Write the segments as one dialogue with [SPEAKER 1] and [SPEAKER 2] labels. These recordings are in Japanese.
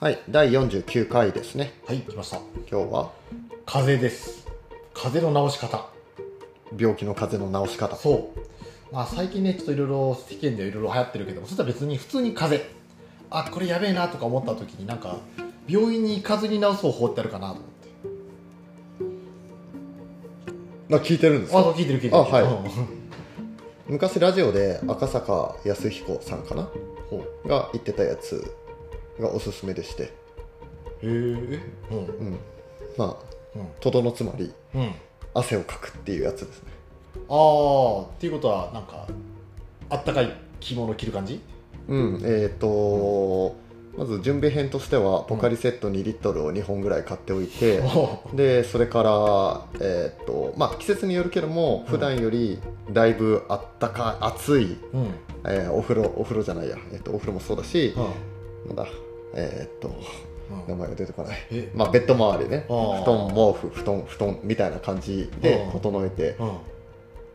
[SPEAKER 1] はい、第49回ですね。
[SPEAKER 2] はい来ました
[SPEAKER 1] 今日は
[SPEAKER 2] 風邪です風邪の治し方
[SPEAKER 1] 病気の風邪の治し方。
[SPEAKER 2] そうまあ最近ねちょっといろいろ世間でいろいろ流行ってるけどもそしたら別に普通に風邪あこれやべえなとか思った時になんか病院に行かずに治す方法ってあるかなと思って
[SPEAKER 1] あ聞いてるんです
[SPEAKER 2] あ
[SPEAKER 1] か
[SPEAKER 2] そう聞いてる聞いてる
[SPEAKER 1] あはい
[SPEAKER 2] うん
[SPEAKER 1] 昔ラジオで赤坂康彦さんかな
[SPEAKER 2] ほ
[SPEAKER 1] が言ってたやつがおすすめでして、
[SPEAKER 2] うへえうん
[SPEAKER 1] うん、まあ、
[SPEAKER 2] うん
[SPEAKER 1] とどのつまり
[SPEAKER 2] うん
[SPEAKER 1] 汗をかくっていうやつですね。
[SPEAKER 2] ああっていうことはなんかあったかい着物着る感じ
[SPEAKER 1] うん、えーと、まず準備編としては、ポカリセット2リットルを2本ぐらい買っておいて、
[SPEAKER 2] お
[SPEAKER 1] でそれから、えーっとまあ、季節によるけども普段よりだいぶあったか暑い、
[SPEAKER 2] うんうん
[SPEAKER 1] えーお風呂お風呂じゃないや、えーっとお風呂もそうだし、
[SPEAKER 2] うん
[SPEAKER 1] なんだえーっと名前が出てこない、
[SPEAKER 2] え
[SPEAKER 1] まあ、ベッド周りね
[SPEAKER 2] あ
[SPEAKER 1] 布
[SPEAKER 2] ー
[SPEAKER 1] 団毛布布団布団みたいな感じで
[SPEAKER 2] うん
[SPEAKER 1] 整えて、
[SPEAKER 2] うん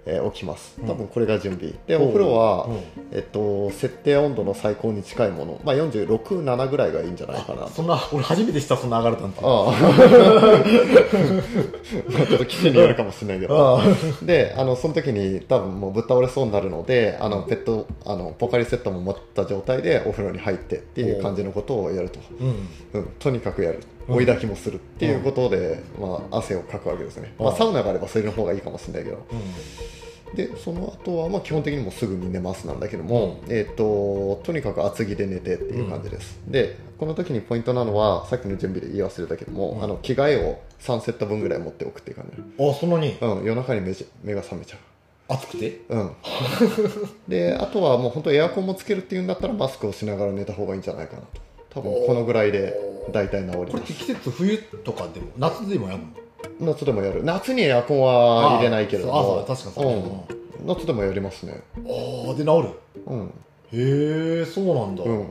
[SPEAKER 1] えーおきます
[SPEAKER 2] うん
[SPEAKER 1] 多分これが準備でお風呂は、
[SPEAKER 2] うん
[SPEAKER 1] えーっと設定温度の最高に近いもの、まあ、467ぐらいがいいんじゃないかな
[SPEAKER 2] あそんな俺初めてしたそんな上がるなんて
[SPEAKER 1] ああ まあちょっと機種によるかもしれないけど
[SPEAKER 2] ああ
[SPEAKER 1] であのその時に多分もうぶっ倒れそうになるのであのペットあのポカリセットも持った状態でお風呂に入ってっていう感じのことをやると、
[SPEAKER 2] うん
[SPEAKER 1] うん、とにかくやる
[SPEAKER 2] うん
[SPEAKER 1] 追い炊きもするっていうことで、まあ、汗をかくわけですね、まあ、
[SPEAKER 2] うん
[SPEAKER 1] サウナがあればそれの方がいいかもしれないけど
[SPEAKER 2] う
[SPEAKER 1] でその後はまあ基本的にもうすぐに寝ますなんだけども、えー、ととにかく厚着で寝てっていう感じです、でこの時にポイントなのはさっきの準備で言い忘れたけども、
[SPEAKER 2] うん
[SPEAKER 1] あの着替えを3セット分ぐらい持っておくっていう感じ、
[SPEAKER 2] ん、あそんなに
[SPEAKER 1] うん、夜中に目じ目が覚めちゃう
[SPEAKER 2] 暑くて
[SPEAKER 1] うんであとはもう本当エアコンもつけるっていうんだったらマスクをしながら寝た方がいいんじゃないかなと多分このぐらいで大体治り
[SPEAKER 2] これ
[SPEAKER 1] ま
[SPEAKER 2] っ
[SPEAKER 1] す
[SPEAKER 2] て季節冬とかでも夏でもやるの
[SPEAKER 1] 夏でもやる夏にエアコンは入れないけれど
[SPEAKER 2] あ
[SPEAKER 1] も
[SPEAKER 2] そうあそう確かに
[SPEAKER 1] うん、夏でもやりますね
[SPEAKER 2] そう、ああで治
[SPEAKER 1] うん、
[SPEAKER 2] るへえそうなんだ、
[SPEAKER 1] うん、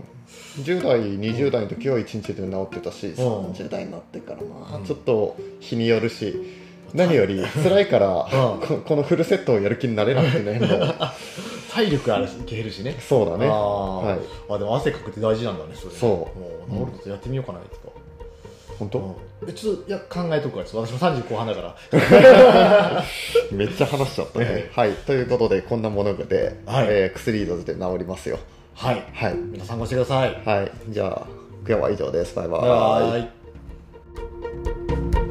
[SPEAKER 1] 10代20代の時は1日で治ってたし、
[SPEAKER 2] ん
[SPEAKER 1] 30代になってからまあ
[SPEAKER 2] うん
[SPEAKER 1] ちょっと日によるし、何より辛いから、
[SPEAKER 2] うん
[SPEAKER 1] ここのフルセットをやる気になれなくてねもう
[SPEAKER 2] 体力あるし減るしね
[SPEAKER 1] そうだね
[SPEAKER 2] あー、
[SPEAKER 1] はい
[SPEAKER 2] あでも汗かくって大事なんだねそれね
[SPEAKER 1] そう
[SPEAKER 2] もう治ることやってみようかなとか、
[SPEAKER 1] 本当、
[SPEAKER 2] うんえちょっといや考えとくわちょっと私も30後半だから
[SPEAKER 1] めっちゃ話しちゃったねはいということでこんなもので、
[SPEAKER 2] はい
[SPEAKER 1] えー薬ドズで治りますよ
[SPEAKER 2] はい
[SPEAKER 1] はい、
[SPEAKER 2] 皆さんごしてください
[SPEAKER 1] はい、じゃあ今日は以上ですバイバイ
[SPEAKER 2] バイバイ